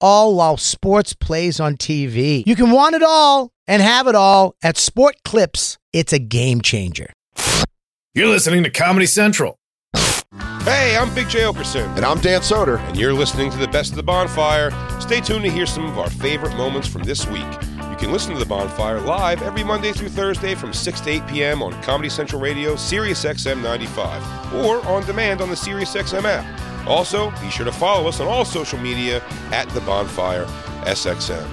all while sports plays on TV. You can want it all and have it all at Sport Clips. It's a game changer. You're listening to Comedy Central. Hey, I'm Big J. Okerson. And I'm Dan Soder. And you're listening to the best of the bonfire. Stay tuned to hear some of our favorite moments from this week. You can listen to the bonfire live every Monday through Thursday from 6 to 8 p.m. on Comedy Central Radio, Sirius XM 95, or on demand on the Sirius XM app. Also, be sure to follow us on all social media at the bonfire SXM.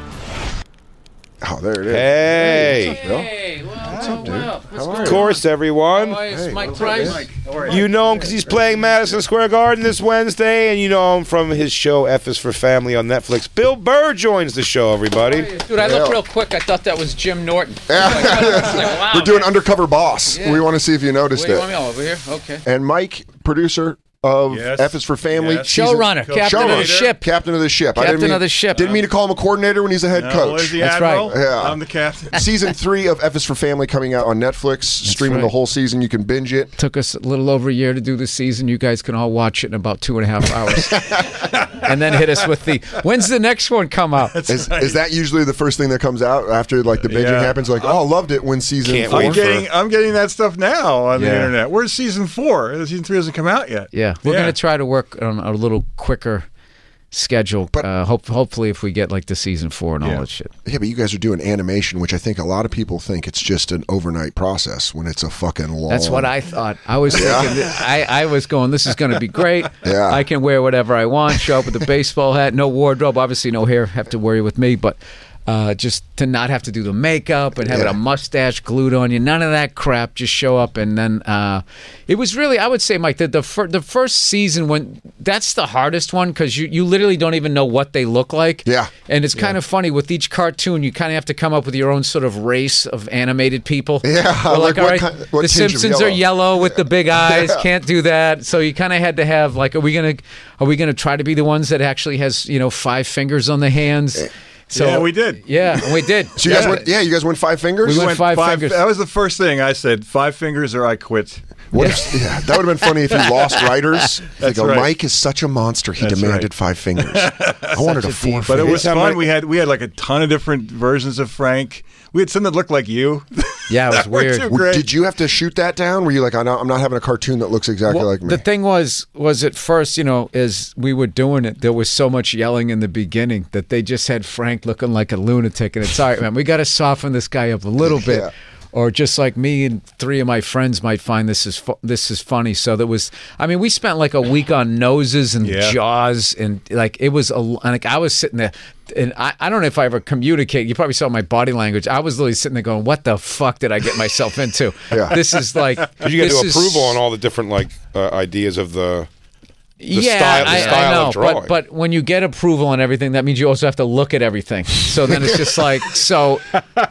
Oh, there it is. Hey! Hey, well, what's up, dude? Well, what's How going are Of you? course, everyone. on? It's Hey, Mike what's up, Price. Mike? You know him because he's playing Madison Square Garden this Wednesday, and you know him from his show F is for Family on Netflix. Bill Burr joins the show, everybody. Dude, I looked Yeah. real quick. I thought that was Jim Norton. wow, We're doing man. Undercover Boss. Yeah. We want to see if you noticed Wait, you it. want me all over here? Okay. And Mike, producer of Yes. F is for Family. Yes. season- Showrunner, captain of the Showrunner, ship. Captain of the ship. I Captain didn't mean, of the ship. Didn't mean to call him a coordinator when he's the head Now, coach. where's the That's admiral? right. Yeah. I'm the captain. season three of F is for Family coming out on Netflix, streaming the right. whole season. You can binge it. Took us a little over a year to do the season. You guys can all watch it in about two and a half hours. and then hit us with the when's the next one come out? Is, is that usually the first thing that comes out after like the binging Yeah. happens? Like, oh, loved it when season Can't four. wait I'm getting I'm getting that stuff now on the Yeah. internet. Where's season four? Uh, Season three hasn't come out yet. Yeah, we're gonna try to work on a little quicker schedule. uh, hope, hopefully, if we get like the season four and all that shit. Yeah, but you guys are doing animation, which I think a lot of people think it's just an overnight process when it's a fucking long. That's what I thought. I was thinking, that- I, I was going, this is going to be great. Yeah. I can wear whatever I want, show up with a baseball hat, no wardrobe, obviously no hair, have to worry with me, but uh, just to not have to do the makeup and having Yeah. a mustache glued on you, none of that crap. Just show up and then uh, it was really, I would say, Mike, the the, fir- the first season when that's the hardest one because you, you literally don't even know what they look like. Yeah. And it's kind of funny with each cartoon, you kind of have to come up with your own sort of race of animated people. Yeah, We're like like, all what right, kind- what the tinge of Simpsons are yellow?" yellow with the big eyes. Can't do that. So you kind of had to have like, are we gonna, are we gonna try to be the ones that actually has you know five fingers on the hands? So Eh, Yeah, we did. Yeah, and we did. So you guys went, yeah, you guys went five fingers. We went five fingers. That was the first thing I said. Five fingers or I quit. What if- yeah, that would have been funny if you lost writers. They That's go, right. Mike is such a monster. He That's demanded right. five fingers. I wanted a four. But it finger. was time fun. I- we had we had like a ton of different versions of Frank. We had some that looked like you. Yeah, it was We're weird. too W- great. Did you have to shoot that down? Were you like, I'm not, I'm not having a cartoon that looks exactly Well, like me? The thing was, was at first, you know, as we were doing it, there was so much yelling in the beginning that they just had Frank looking like a lunatic, and it's all right, man. We got to soften this guy up a little bit, Yeah. or just like me and three of my friends might find this is fu- this is funny. So there was, I mean, we spent like a week on noses and Yeah. jaws, and like it was a l- like I was sitting there. And I, I don't know if I ever communicate. You probably saw my body language. I was literally sitting there going, "What the fuck did I get myself into? Yeah. This is like You got to this do is- approval on all the different like uh, ideas of the. the yeah, style- the I, style I know, of drawing. But, but when you get approval on everything, that means you also have to look at everything. So then it's just like, so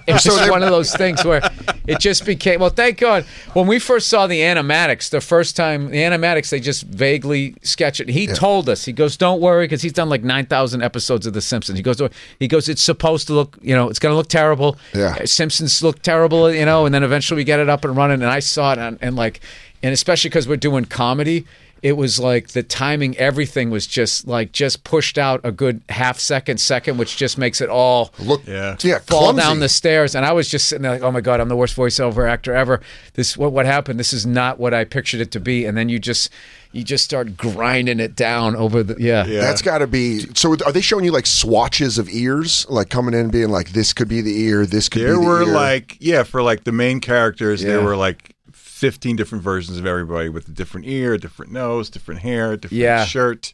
it's just one of those things where it just became, well, thank God. When we first saw the animatics, the first time, the animatics, they just vaguely sketch it. He told us, he goes, don't worry, because he's done like 9,000 episodes of The Simpsons. He goes, "Don't- he goes, it's supposed to look, you know, it's going to look terrible. Yeah. Simpsons look terrible, you know, and then eventually we get it up and running. And I saw it, on, and like, and especially because we're doing comedy, it was like the timing, everything was just like just pushed out a good half second, second, which just makes it all Look, yeah, Yeah. fall clumsy. down the stairs. And I was just sitting there like, oh my god, I'm the worst voiceover actor ever. This what what happened? This is not what I pictured it to be. And then you just you just start grinding it down over the yeah. Yeah. That's got to be. So, are they showing you like swatches of ears, like coming in and being like, "This could be the ear. This could There be the were ear. like yeah, for like the main characters, there Yeah. were like fifteen different versions of everybody with a different ear, different nose, different hair, different Yeah. shirt,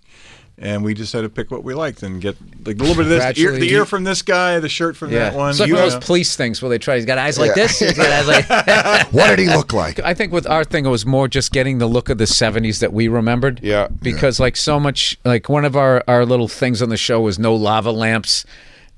and we just had to pick what we liked and get like a little bit of this, the ear, Gradually- the ear from this guy, the shirt from that one. It's like you one of know. those police things where they try. He's got eyes like Yeah. this. He's got eyes like. What did he look like? I think with our thing, it was more just getting the look of the '70s that we remembered. Yeah. because like so much, like one of our our little things on the show was no lava lamps.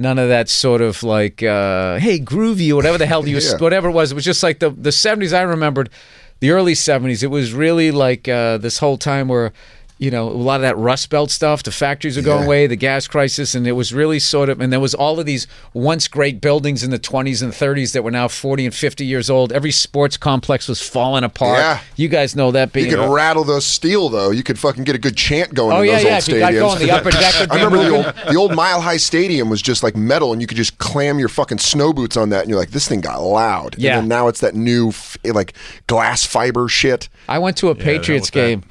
None of that sort of like, uh, hey, groovy or whatever the hell you, Yeah. whatever it was. It was just like the the '70s. I remembered the early '70s. It was really like uh, this whole time where, you know, a lot of that Rust Belt stuff. The factories are going away, the gas crisis, and it was really sort of. And there was all of these once great buildings in the 20s and 30s that were now 40 and 50 years old. Every sports complex was falling apart. Yeah. You guys know that You being. could rattle those steel though. You could fucking get a good chant going Oh in yeah, those yeah! old If you got stadiums. going, the upper deck would be I remember the moving. old, the old Mile High Stadium was just like metal, and you could just clam your fucking snow boots on that, and you're like, this thing got loud. Yeah. And then now it's that new f- like glass fiber shit. I went to a Patriots with that. game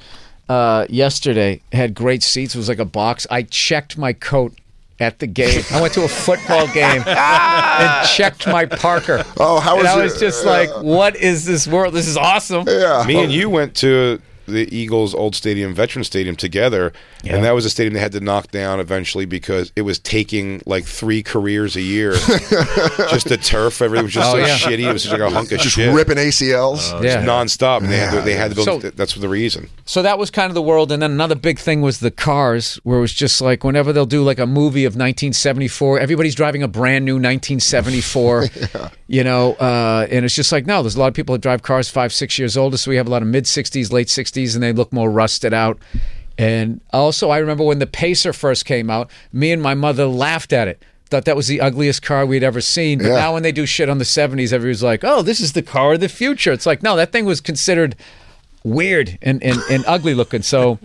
uh, yesterday. Had great seats. It was like a box. I checked my coat at the game. I went to a football game and checked my Parker. Oh, how and was I your- was just like, "What is this world? This is awesome." Yeah. Me and you went to the Eagles' old stadium, Veteran Stadium, together, and that was a stadium they had to knock down eventually because it was taking like three careers a year. just the turf, everything was just so Oh, yeah. shitty. It was just like a hunk of Just shit, ripping ACLs. Uh, Yeah. nonstop. And they had to, they had to build. So- that's the reason. So that was kind of the world. And then another big thing was the cars, where it was just like whenever they'll do like a movie of 1974, everybody's driving a brand new 1974, you know, uh, and it's just like, no, there's a lot of people that drive cars five, six years older. So we have a lot of mid 60s, late 60s, and they look more rusted out. And also, I remember when the Pacer first came out, me and my mother laughed at it. Thought that was the ugliest car we'd ever seen. But Yeah. now, when they do shit on the 70s, everybody's like, oh, this is the car of the future. It's like, no, that thing was considered weird and, and, and ugly looking. So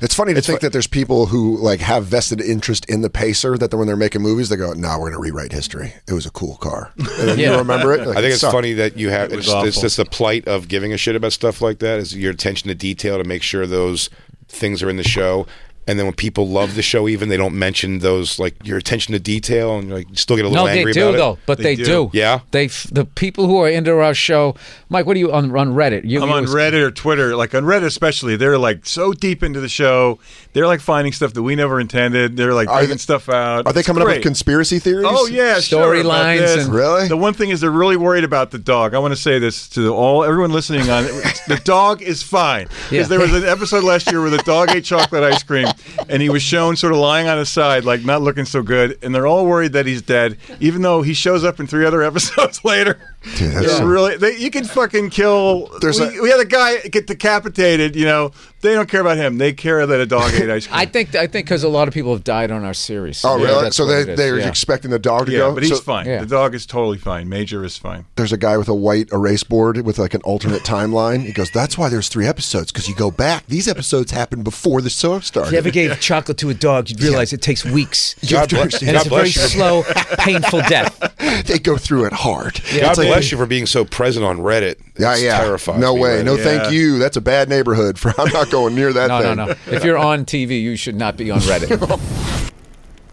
It's funny to think that there's people who like have vested interest in the Pacer that when they're making movies, they go, "No, we're going to rewrite history. It was a cool car." And then Yeah. you remember it. I think it's funny that you have It it's, was it's awful. just the plight of giving a shit about stuff like that is your attention to detail to make sure those things are in the show. And then when people love the show, even they don't mention those like your attention to detail, and you're, like you still get a little no, they angry do about though, it. but they, They do. do. Yeah. they f- the people who are into our show, Mike. What are you on on Reddit? You, I'm you on was- Reddit or Twitter, like on Reddit especially. They're like so deep into the show. They're like finding stuff that we never intended. They're like Are figuring they- stuff out. Are they It's coming up with great. conspiracy theories? Oh yeah, sure, about Storylines this. and- Really? The one thing is they're really worried about the dog. I want to say this to all everyone listening on the dog is fine because Yeah. there was an episode last year where the dog ate chocolate ice cream and he was shown sort of lying on his side, like not looking so good, and they're all worried that he's dead, even though he shows up in three other episodes later. Dude, that's They're so- really, they, you can fucking kill. There's we, a- we had a guy get decapitated. You know, they don't care about him. They care that a dog ate ice cream. I think I think because a lot of people have died on our series. Oh, Yeah, really? that's So what they, it is, they're yeah. expecting the dog to yeah, go. but he's So fine. Yeah. The dog is totally fine. Major is fine. There's a guy with a white erase board with like an alternate timeline. He goes, "That's why there's three episodes because you go back. These episodes happened before the show started." If you ever gave chocolate to a dog, you'd realize it takes weeks. You have to understand. And it's a God very bless slow, painful death. they go through it hard. God It's like- bless you for being so present on Reddit. Yeah, It's yeah. terrifying. No me, way. Reddit. No, Yeah. thank you. That's a bad neighborhood. For I'm not going near that No, no, thing. no. If you're on TV, you should not be on Reddit.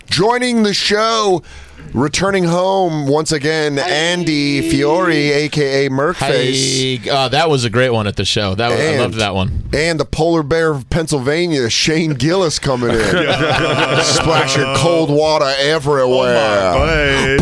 Joining the show, returning home once again, Andy Fiore, aka Merkface, Hey, uh, that was a great one at the show. That was, I And- loved that one. and the polar bear of Pennsylvania, Shane Gillis, coming in. Splash your cold water Oh everywhere.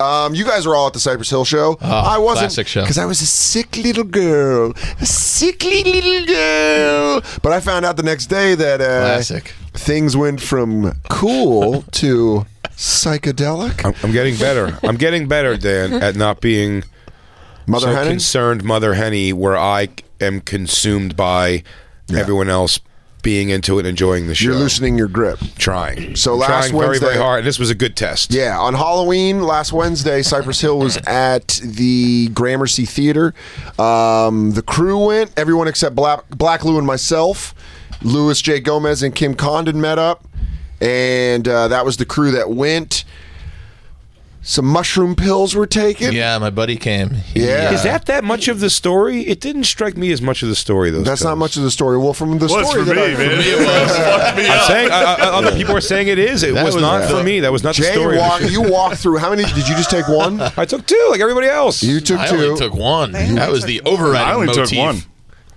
um, you guys were all at the Cypress Hill show. I wasn't Ah, classic show. because I was a sick little girl, a sickly little girl. But I found out the next day that uh, Classic. things went from cool to psychedelic. I'm, I'm getting better. I'm getting better, Dan, at not being Mother so Henning? concerned Mother Henny, where I am consumed by everyone else being into it, enjoying the show. You're loosening your grip. trying. So I'm last trying very, very Wednesday- hard. And this was a good test. Yeah, on Halloween last Wednesday, Cypress Hill was at the Gramercy Theater. Um, the crew went, everyone except Black, Black Lou and myself. Louis J. Gomez and Kim Condon met up, and uh, that was the crew that went. Some mushroom pills were taken. Yeah, my buddy came. He, Yeah. Is that that much of the story? It didn't strike me as much of the story, though. That's not much of the story. Well, from the Well, it's story for that me, I, man. It was. Fucked me I'm up. saying I, I, other people are saying it is. It That was, was not bad. for me. That was not the Jay story. of the walked. show. You walked through. How many did you just take one? I took two, like everybody else. You took I two. only took one. That was the overriding I only motif. took one.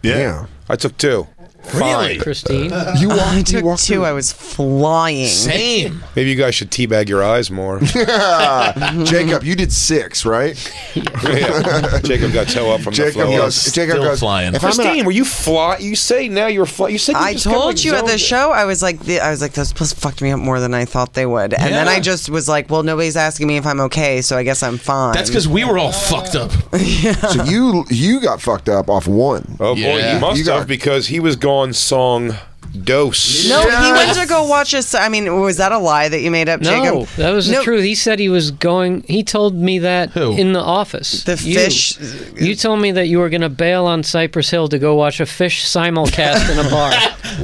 yeah. I took two. Really? Christine. You walked. I you took walked two. I was flying. Same. Maybe you guys should teabag your eyes more. through- Jacob, you did six, right? Yeah. Jacob got toe up from Jacob the floor. goes. Jacob still goes. If flying. I'm Christine, gonna, were you fly? You say now you're fly. You said you I just kinda told you at the zoned- show, I was like, the, I was like, those plus fucked me up more than I thought they would, and then Yeah. I just was like, well, nobody's asking me if I'm okay, so I guess I'm fine. That's because we were all fucked up. so you you got fucked up off one. Oh boy, Yeah. you must You got- have because he was gone song dose. No, he went to go watch us. I mean, was that a lie that you made up, No, Jacob? that was No. the truth. He said he was going. He told me that Who? in the office. The You. fish- You told me that you were going to bail on Cypress Hill to go watch a fish simulcast in a bar.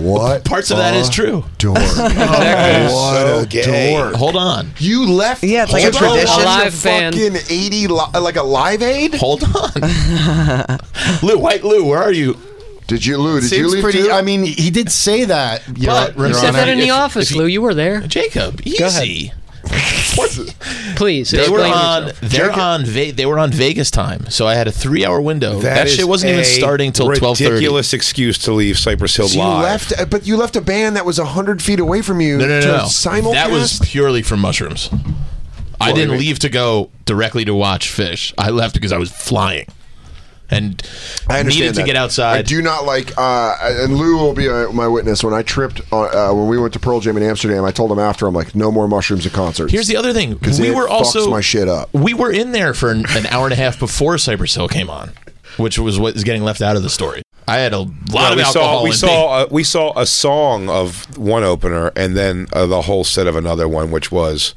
What? Parts of that a is true. Dork. what So a gay. dork. Hold on. You left. Yeah, it's like a Hold on. tradition. A live band. Fucking eighty, li- like a live aid. Hold on. Lou, White Lou, where are you? Did you, Lou? Did you Seems leave pretty. too? I mean, he did say that. Your, But- Your You said Honor. that in the If- office, if you- Lou. You were there. Jacob, easy. Please They were explain on. yourself. They're on. Ve- they were on Vegas time, so I had a three-hour window. That, is shit wasn't even a starting till twelve thirty. Ridiculous excuse to leave Cypress Hill So you live. left, uh, but you left a band that was hundred feet away from you. No, no, to no, no. Simulcast. That was purely for mushrooms. I didn't leave to go directly to watch fish. I left because I was flying and I understand needed to that. get I outside. do not like, uh, and Lou will be uh, my witness. When I tripped uh, uh, when we went to Pearl Jam in Amsterdam, I told him after I'm like, no more mushrooms at concerts. Here's the other thing. 'Cause We it were fucks also my shit up. We were in there for an, an hour and a half before Cypress Hill came on, which was what is getting left out of the story. I had a lot Well, of we alcohol. saw we and saw uh, we saw a song of one opener and then uh, the whole set of another one, which was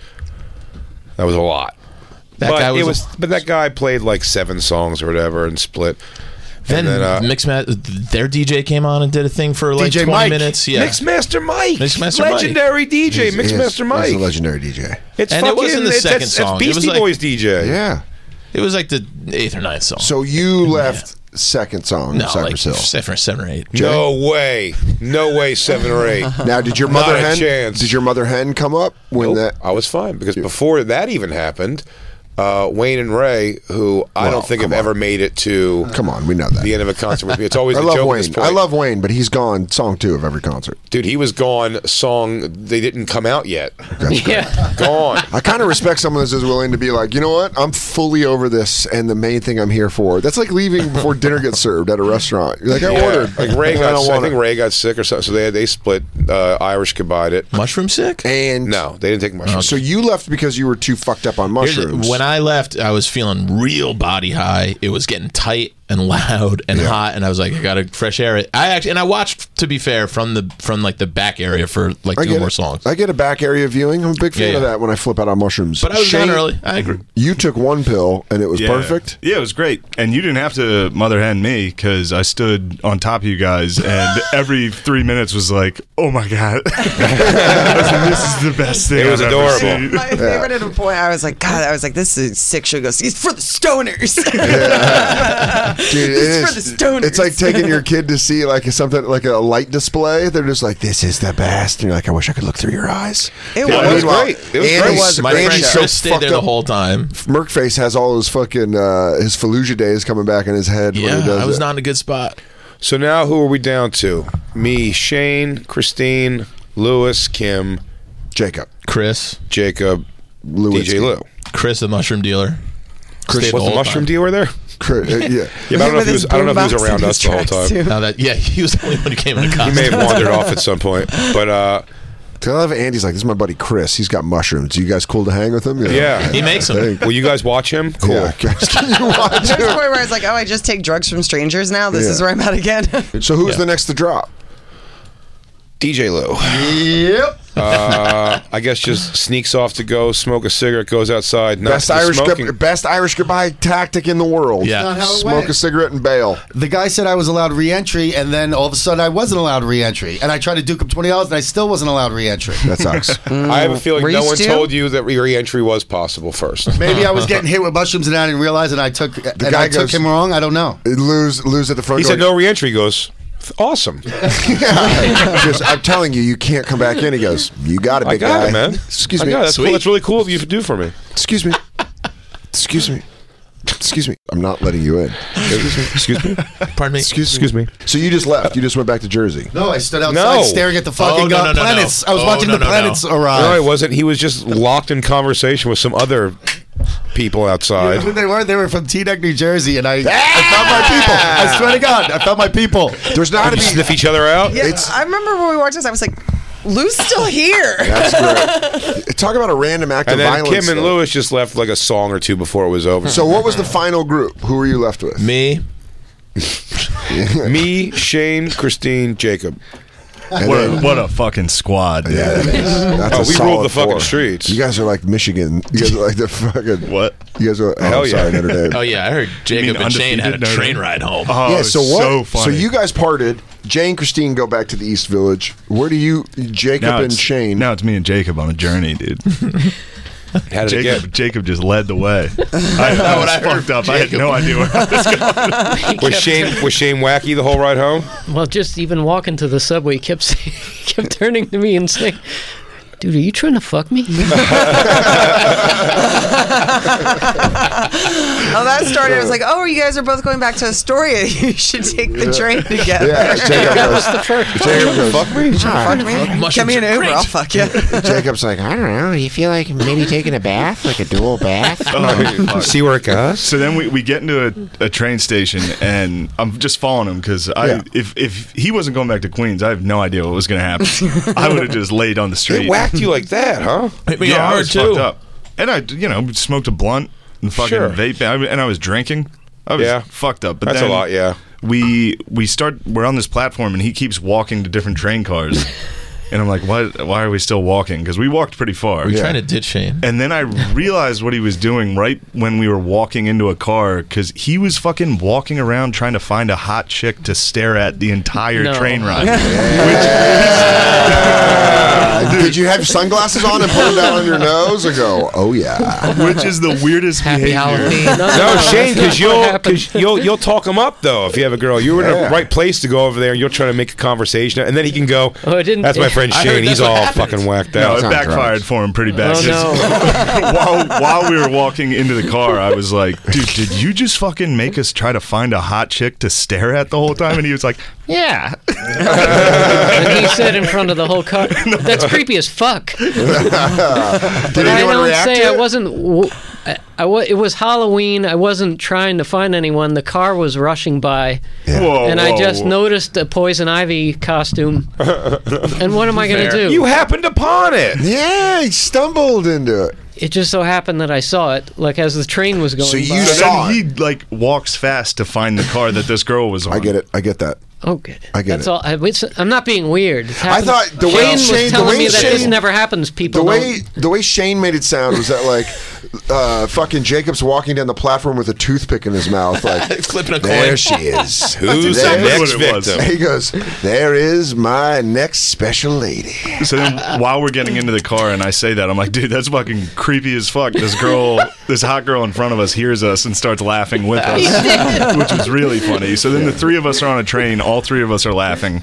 that was a lot. That but guy was it a- was but that guy played like seven songs or whatever and split. Then, And then, uh, Mix Ma- their DJ came on and did a thing for like DJ 20 Mike. minutes. Yeah. Mixmaster Mike, Mixmaster Mike. legendary DJ, He is- Mixmaster He's a Mike. legendary DJ. It's And it fucking, wasn't the it's, second it's, song. It's It was Beastie like- Boys DJ. Yeah. it was like the eighth or ninth song. So you left second song no, in like Cypress Hill. seven, seven or eight. No way, no way, seven or eight. Now, did your mother Not a hen? chance. Did your mother hen come up when Nope, that? I was fine because before that even happened, uh, Wayne and Ray, who I Well, don't think have come on. ever made it to Come on, we know that. the end of a concert with me. It's always I a love joke at this Wayne. point. I love Wayne, but he's gone song two of every concert. dude. He was gone. Song they didn't come out yet. Yeah. Gone. I kind of respect someone that's as willing to be like, you know what? I'm fully over this, and the main thing I'm here for. That's like leaving before dinner gets served at a restaurant. You're like, I Yeah. ordered. Like Ray I got. don't I, want think it. Ray got sick or something. So they they split. Uh, Irish goodbye it. Mushroom sick? And No, they didn't take mushrooms. Mm, so you left because you were too fucked up on Here's- mushrooms. When I left, I was feeling real body high. It was getting tight and loud and hot, and I was like, I got to fresh air. it. I actually and I watched, to be fair, from the from like the back area for like I two get more it. songs. I get a back area viewing. I'm a big fan Yeah, of yeah. that when I flip out on mushrooms. but I was Shane, gone early. I agree. You took one pill and it was Yeah. perfect. Yeah, it was great, and you didn't have to mother hen me because I stood on top of you guys, and every three minutes was like, "Oh my god, I was like, this is the best thing." It was I've adorable. Ever seen. My favorite at a point, I was like, God, I was like, this is sick. She goes, it's for the stoners. Dude, it It's for is- the stoners. It's like taking your kid to see like something like a light display. They're just like, "This is the best," and you're like, "I wish I could look through your eyes." It Yeah, was meanwhile, great. It was Andy's- great. It was My friend Andy's so Chris stayed fucked there the up. whole time. Merkface has all his fucking uh, his Fallujah days coming back in his head. when he Yeah, does I was it. not in a good spot. So now who are we down to? Me, Shane, Christine, Lewis, Kim, Jacob. Chris, Jacob, Lewis. DJ Lou. Chris, the mushroom dealer. Chris, stayed was the whole mushroom time. dealer there? Cr- uh, yeah. Yeah, but I don't know if he was, I don't know if he Boombox was around in us his the whole time. tracksuit. Now that yeah, he was the only one who came in a He costume. may have wandered off at some point, but uh, I love Andy's like, this is my buddy Chris. He's got mushrooms. You guys cool to hang with him? You know? yeah, He makes them. Will you guys watch him? Cool. Yeah. Can you watch There's a point him? where I was like, oh, I just take drugs from strangers now. This Yeah. is where I'm at again. So who's the next to drop? DJ Lou. Yep. Uh, I guess just sneaks off to go smoke a cigarette, goes outside. Not Best Irish smoking. gu- best Irish goodbye tactic in the world. Yeah. That's not how it Smoke went. a cigarette and bail. The guy said I was allowed re-entry, and then all of a sudden I wasn't allowed re-entry, and I tried to duke him twenty dollars, and I still wasn't allowed re-entry. That sucks. I have a feeling Were no you one Stu? told you that re-entry was possible first. Maybe I was getting hit with mushrooms, and I didn't realize, and I took and guy I took goes- him wrong. I don't know. lose lose at the front He door. said no re-entry. He Goes awesome. Yeah. Just, I'm telling you, you can't come back in. He goes, you got it, I big got guy. it, man. Excuse I me. got it. That's, cool. Sweet. That's really cool of you to do for me. Excuse me. Excuse me. Excuse me. I'm not letting you in. Excuse me. Pardon me. Excuse me. Excuse me. So you just left. You just went back to Jersey. No, I stood outside No. staring at the fucking Oh, no, uh, no, no, no. planets. I was Oh, watching no, the no, no. planets Uh, No, arrive. it wasn't. He was just locked in conversation with some other people outside. Who they were? They were from Teaneck, New Jersey, and I, I found my people. I swear to God, I found my people. Ah! There's not You to be. sniff each other out. Yeah, I remember when we watched this, I was like, Lou's still here. That's correct. Talk about a random act And of then violence. Kim and though. Lewis just left like a song or two before it was over. So what was the final group? Who were you left with? Me. me, Shane, Christine, Jacob. And What a, then- what a fucking squad. dude. Yeah, that's Oh, a we solid ruled the fucking four. streets. You guys are like Michigan. You guys are like the fucking What? You guys are. Oh, Hell I'm yeah. sorry, Notre Dame. Oh yeah, I heard mean Jacob and Shane had a undefeated Notre train Dame? ride home. Oh, yeah. So what? So, funny. you guys parted. Jay and Christine go back to the East Village. Where do you, Jacob now and it's- Shane? Now it's me and Jacob on a journey, dude. How did it Jacob, get? Jacob just led the way. I, I was fucked up. I had no idea where I was going. Was Shane was Shane wacky the whole ride home? Well, just even walking to the subway, he kept saying, he kept turning to me and saying, "Dude, are you trying to fuck me?" Oh, that started. I was like, oh, you guys are both going back to Astoria. You should take the train together. yeah, Jacob goes. Jacob goes. Fuck me. Fuck me. Get me an Uber. I'll fuck you. Jacob's like, I don't know. You feel like maybe taking a bath, like a dual bath? Oh, See where it goes. So then we, we get into a, a train station, and I'm just following him because I Yeah. if if he wasn't going back to Queens, I have no idea what was going to happen. I would have just laid on the They street. whacked you like that, huh? Hit me yeah, I hard, was too. fucked up. And I, you know, smoked a blunt and fucking Sure. vape, I, and I was drinking. I was Yeah. fucked up. But That's a then lot, yeah. We we start. We're on this platform, and he keeps walking to different train cars, and I'm like, why why are we still walking? Because we walked pretty far. We're trying to ditch Shane. And then I realized what he was doing right when we were walking into a car because he was fucking walking around trying to find a hot chick to stare at the entire No. train ride. "Ah, Did you have sunglasses on and put them down on your nose and go, oh yeah? Which, which is the weirdest Happy behavior. Halloween. No, Shane, that's because not what you'll, happened. 'cause you'll you'll talk him up though. If you have a girl, you were in the Yeah. right place to go over there, and you're trying to make a conversation, and then he can go. Oh, it didn't- That's my friend I heard Shane. that's He's what all happened. fucking whacked No, out. it backfired for him pretty bad. Oh, 'cause while while we were walking into the car, I was like, "Dude, did you just fucking make us try to find a hot chick to stare at the whole time?" And he was like, "Yeah." and he said in front of the whole car, "That's creepy as fuck." Did I anyone don't react say to I it? wasn't. W- I, I wa- it was Halloween. I wasn't trying to find anyone. The car was rushing by, Whoa! and I whoa, just whoa. noticed a poison ivy costume. and what am I going to do? You happened upon it. Yeah, he stumbled into it. it just so happened that I saw it, like as the train was going. So by. you So saw then it. he like walks fast to find the car that this girl was on. I get it. I get that. Okay, I get Oh, That's it. all. I, it's, I'm not being weird. It's happened- thought the way Shane Shane- the was telling way me that this Shane- never happens. People The way don't. the way Shane made it sound was that like uh, fucking Jacob's walking down the platform with a toothpick in his mouth, like Flipping a coin. there she Who's is. the There- exactly next what it was. victim? He goes, there is my next special lady. So then, while we're getting into the car, and I say that, I'm like, dude, that's fucking creepy as fuck. This girl, this hot girl in front of us, hears us and starts laughing with us, which was really funny. So then, the three of us are on a train. All three of us are laughing,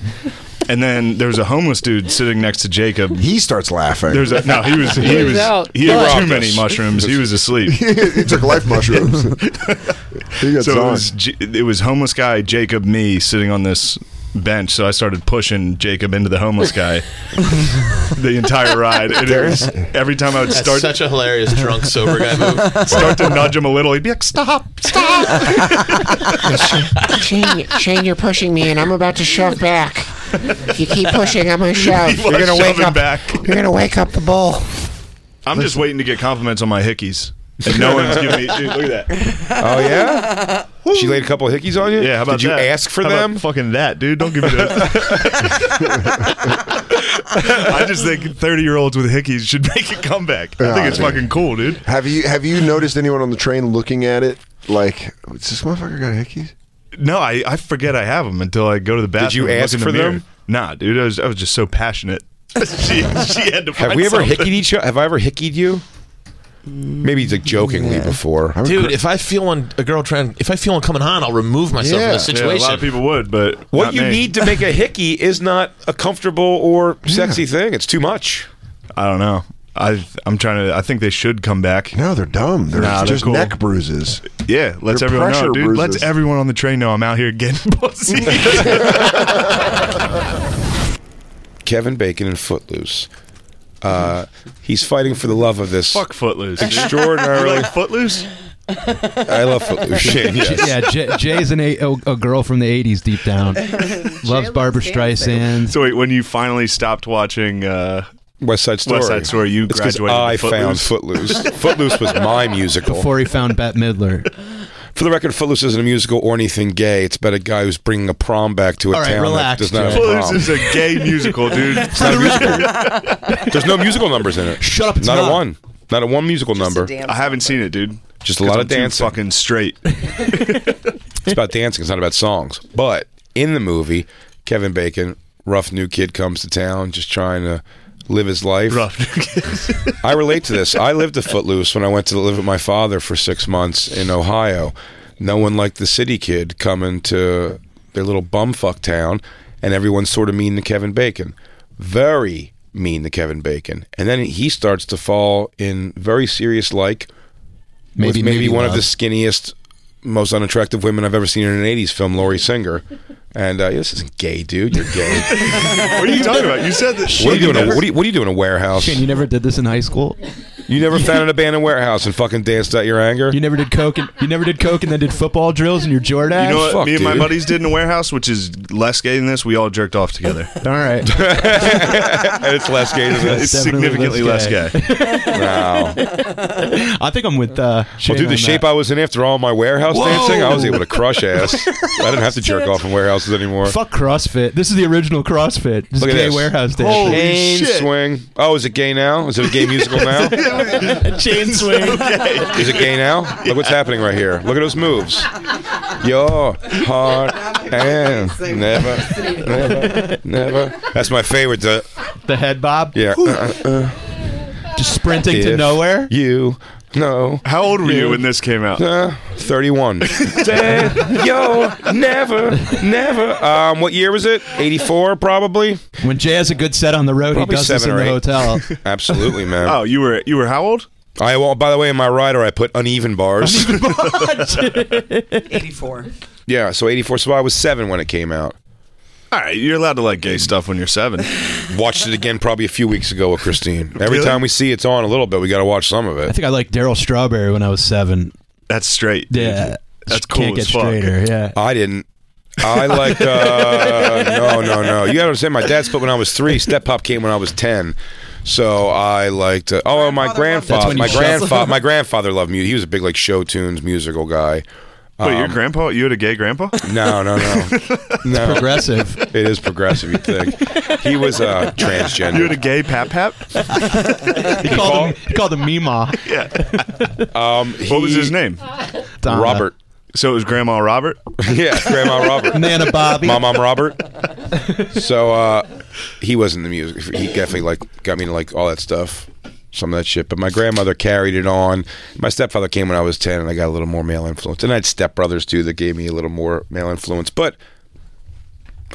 and then there's a homeless dude sitting next to Jacob. He starts laughing. There's a, no, he was he was was out. he had Fuck. too many mushrooms. He was asleep. he took life mushrooms. he got So it zoned. was, J- it was homeless guy Jacob me sitting on this bench. So I started pushing Jacob into the homeless guy the entire ride. And it was, every time I would That's start such a hilarious drunk sober guy move. start to nudge him a little, he'd be like, "Stop, stop!" Shane, Shane, you're pushing me, and I'm about to shove back. If you keep pushing, I'm gonna shove. You're gonna wake up. Back. You're gonna wake up the bull. I'm just waiting to get compliments on my hickeys, and no one's giving me. Dude, look at that. Oh yeah. She laid a couple of hickeys on you. Yeah, how about Did you that? ask for How about them? fucking that, dude. Don't give me that. I just think 30 year olds with hickeys should make a comeback. I think it's fucking cool, dude. Have you have you noticed anyone on the train looking at it like "Does this motherfucker got hickeys? No, I, I forget I have them until I go to the bathroom. you and look ask in the for mirror. them? Nah, dude. I was, I was just so passionate. she, she had to. Have find we ever something. hickeyed each other? Have I ever hickeyed you? Maybe like jokingly before. Dude, if I feel one, a girl trying, if I feel one coming on, I'll remove myself from Yeah. the Yeah, a situation. lot of people would, but What not you me. need to make a hickey is not a comfortable or sexy thing. It's too much. I don't know. I I'm trying to. I think they should come back. No, they're dumb. They're just neck bruises. Yeah, let's They're everyone pressure know, dude. bruises. Let's everyone on the train know I'm out here getting pussy. Kevin Bacon in Footloose. Uh, he's fighting for the love of this. Fuck Footloose. dude. Extraordinarily- You like Footloose. I love Footloose. Shane, yes. Yeah, Jay, Jay's an a, a, a girl from the 80s deep down. Loves Barbara Streisand. So wait, when you finally stopped watching uh, West Side Story, West Side Story, you It's 'cause graduated. I with Footloose? found Footloose. Footloose was my musical. Before he found Bette Midler. For the record, Footloose isn't a musical or anything gay. It's about a guy who's bringing a prom back to a All right, town that relax, does not have a Footloose prom. is a gay musical, dude. It's not a musical. There's no musical numbers in it. Shut up. it's not, a not. one. Not a one musical number. I haven't seen it, dude. Just a 'Cause lot I'm of dancing. Too fucking straight. It's about dancing. It's not about songs. But in the movie, Kevin Bacon, rough new kid, comes to town, just trying to live his life. Rough new kid. I relate to this. I lived a footloose when I went to live with my father for six months in Ohio. No one liked the city kid coming to their little bumfuck town, and everyone's sort of mean to Kevin Bacon. Very mean to Kevin Bacon, and then he starts to fall in very serious like Maybe, with maybe, maybe one of love. the skinniest, most unattractive women I've ever seen in an '80s film, Laurie Singer. And uh, this isn't gay, dude. You're gay. what are you talking about? You said that. what, are you doing in a, what, are you, what are you doing in a warehouse? Shane, you never did this in high school? You never found an abandoned warehouse and fucking danced out your anger? You never did coke and you never did coke and then did football drills in your Jordan. You know what? Fuck, me and my dude. buddies did in a warehouse, which is less gay than this. We all jerked off together. All right. and it's less gay than It's this. Definitely significantly less less gay. gay. Wow. I think I'm with uh Shane Well, dude, on the shape that. I was in after all my warehouse Whoa. dancing, I was able to crush ass. I didn't have to jerk off in warehouses anymore. Fuck CrossFit. This is the original CrossFit. This Look is at gay this. warehouse day. Holy Chain shit. swing. Oh, is it gay now? Is it a gay musical now? Chain swing. Okay. Is it gay now? Look what's happening right here. Look at those moves. Your heart and never, never, never. That's my favorite. uh, The head bob. yeah. Uh, uh, Just sprinting to If- nowhere. you know. How old were you when this came out? Uh, 31. Said, Yo, never, never. Um, what year was it? 84, probably? When Jay has a good set on the road, Probably he does this seven in or the eight. hotel. Absolutely, man. Oh, you were you were how old? I well, by the way, in my rider, I put uneven bars. 84. yeah, so 84. So I was seven when it came out. All right, you're allowed to like Mm. gay stuff when you're seven. Watched it again probably a few weeks ago with Christine. Every Really? time we see it's on a little bit, we got to watch some of I it. think I liked Daryl Strawberry when I was seven. That's straight. dude. Yeah. that's Just cool Can't as get fuck. straighter. Yeah. I didn't. I like uh, no, no, no. You gotta understand. My dad split when I was three. Step pop came when I my ten. So I liked. Uh, oh, my That's grandfather. when you My shuffle. grandfather. My grandfather loved music. He was a big like show tunes musical guy. Um, Wait, Um, your grandpa? You had a gay grandpa? No, no, no. no. Progressive. It is progressive. You think he was uh, transgender? You had a gay pap pap? He called him. He called him Mima. Um, What was he- his name? Donna. Robert. So it was Grandma Robert. yeah, Grandma Robert. Nana Bobby. My mom Robert. So uh, he wasn't the music. He definitely like got me to like all that stuff, some of that shit. But my grandmother carried it on. My stepfather came when I was ten, and I got a little more male influence. And I had stepbrothers too that gave me a little more male influence. But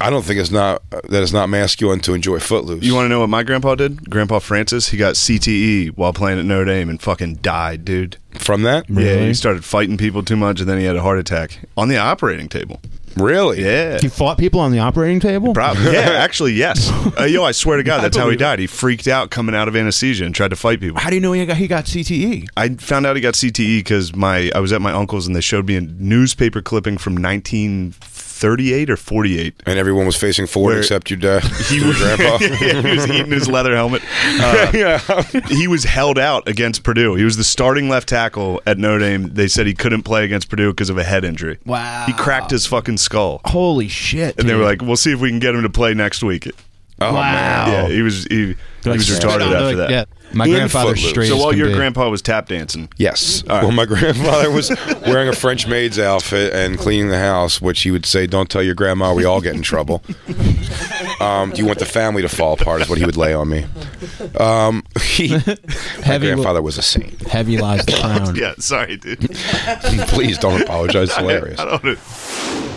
I don't think it's not that it's not masculine to enjoy Footloose. You want to know what my grandpa did? Grandpa Francis, he got CTE while playing at Notre Dame and fucking died, dude. from that? Yeah, he started fighting people too much and then he had a heart attack on the operating table. Really? Yeah. He fought people on the operating table. Prob- yeah, actually, yes. Uh, yo, I swear to God, that's how he died. He freaked out coming out of anesthesia and tried to fight people. How do you know he got he got E? CTE? I found out he got CTE because my I was at my uncle's and they showed me a newspaper clipping from 1938 or 48 And everyone was facing forward Where- except your dad, he your was, grandpa. yeah, he was eating his leather helmet. Uh, he was held out against Purdue. He was the starting left tackle at Notre Dame. They said he couldn't play against Purdue because of a head injury. Wow. He cracked his fucking skull. Holy shit! And they were dude. like, "We'll see if we can get him to play next week." Oh, Wow. Yeah, he was he, he Like, was straight retarded on, after like, that. Yeah, my In grandfather's Footloose. straight. So as while can your be. grandpa was tap dancing, Yes. Well, my grandfather was wearing a French maid's outfit and cleaning the house, which he would say, "Don't tell your grandma, we all get in trouble." um, you want the family to fall apart is what he would lay on me. Um, he, my Heavy- grandfather was a saint. heavy lies the crown. yeah. Sorry, dude. Please don't apologize. It's hilarious. I don't know.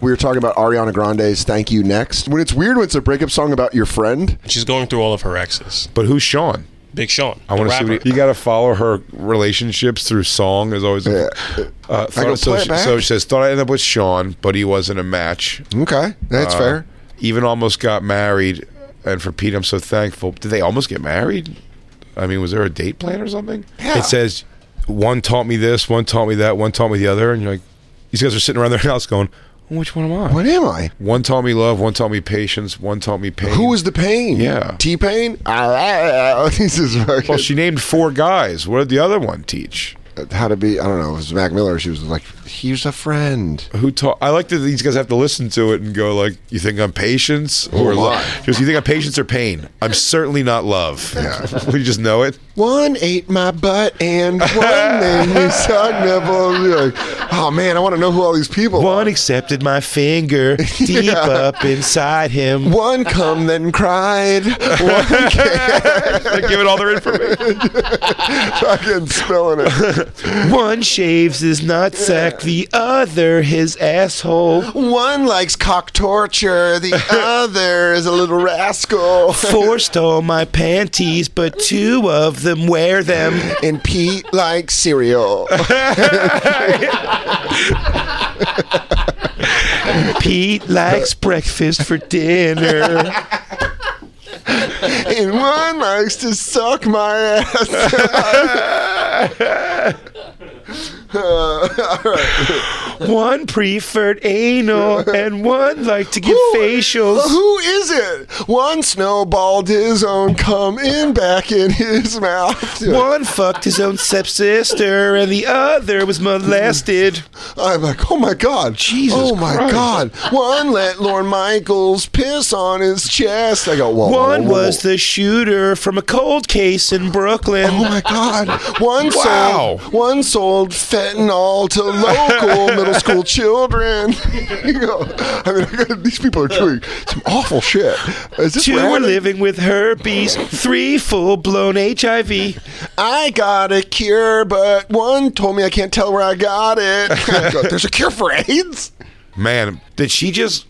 We were talking about Ariana Grande's "Thank You" next. When it's weird when it's a breakup song about your friend. She's going through all of her exes. But who's Sean? Big Sean. I want to see. What he, you got to follow her relationships through song. Is always. Yeah. I Uh, go thought, so, play it she, back. so she says, "Thought I ended up with Sean, but he wasn't a match." Okay, that's Uh, fair. Even almost got married, and for Pete, I'm so thankful. Did they almost get married? I mean, was there a date plan or something? Yeah. It says one taught me this, one taught me that, one taught me the other, and you're like, these guys are sitting around their house going, "Which one am I? What am I?" One taught me love, one taught me patience, one taught me pain. Who was the pain? Yeah. T Pain. this is fucking. Well, she named four guys. What did the other one teach? How to be? I don't know. It was Mac Miller. She was like, "He's a friend." Who taught? I like that these guys have to listen to it and go like, "You think I'm patience or Who am love? I? Because you think I'm patience or pain. I'm certainly not love. Yeah. we just know it. One ate my butt and one made me suck nipples. You're like, oh man, I want to know who all these people. One accepted my finger deep up inside him. One come then cried. One they give it all their information. Fucking spelling it. One shaves his nutsack, the other his asshole. One likes cock torture, the other is a little rascal. Four stole my panties, but two of them wear them. And Pete likes cereal. Pete likes breakfast for dinner. and one likes to suck my ass. Uh, all right. One preferred anal and one liked to give facials. Who is it? One snowballed his own cum in back in his mouth. One fucked his own stepsister and the other was molested. I'm like, oh my god, Jesus, oh my Christ. god. One let Lorne Michaels piss on his chest. I go, whoa, whoa, One whoa, whoa. was the shooter from a cold case in Brooklyn. Oh my God! One Wow. sold one sold fentanyl to local middle school children. you know, I mean, I gotta- these people are doing some awful shit. Is this Two rad? were living with herpes, three full blown HIV. I got a cure, but one told me I can't tell where I got it. I go, There's a cure for AIDS. Man, did she just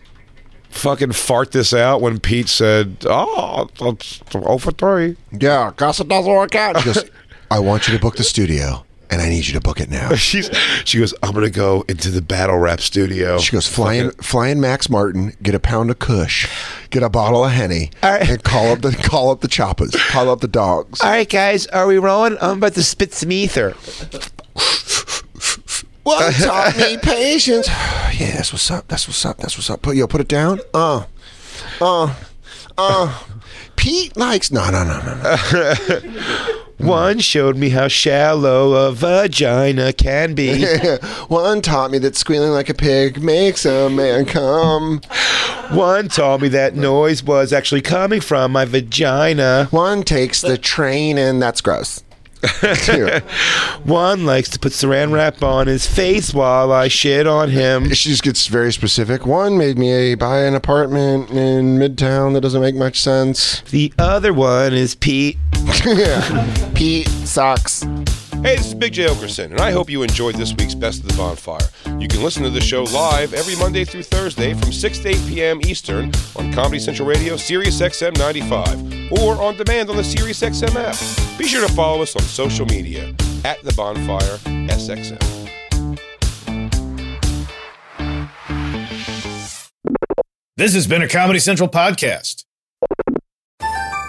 fucking fart this out when Pete said, "Oh, that's over three. Yeah, gossip doesn't work out. She goes, I want you to book the studio, and I need you to book it now. She's she goes, "I'm gonna go into the battle rap studio." She goes, fly in, fly in Max Martin, get a pound of Kush, get a bottle of Henny, and call up the call up the choppers, call up the dogs. All right, guys, are we rolling? I'm about to spit some ether. One taught me patience. yeah, that's what's up. That's what's up. That's what's up. Put yo, put it down. Uh, uh, uh. Pete likes no, no, no, no, no. One showed me how shallow a vagina can be. One taught me that squealing like a pig makes a man come. One told me that noise was actually coming from my vagina. One takes the train, and that's gross. One likes to put saran wrap on his face while I shit on him. She just gets very specific. One made me a, buy an apartment in Midtown that doesn't make much sense. The other one is Pete. yeah. Pete sucks. Hey, this is Big J. Okerson, and I hope you enjoyed this week's Best of the Bonfire. You can listen to the show live every Monday through Thursday from 6 to 8 p.m. Eastern on Comedy Central Radio, Sirius XM 95, or on demand on the Sirius XM app. Be sure to follow us on social media at The Bonfire SXM. This has been a Comedy Central podcast.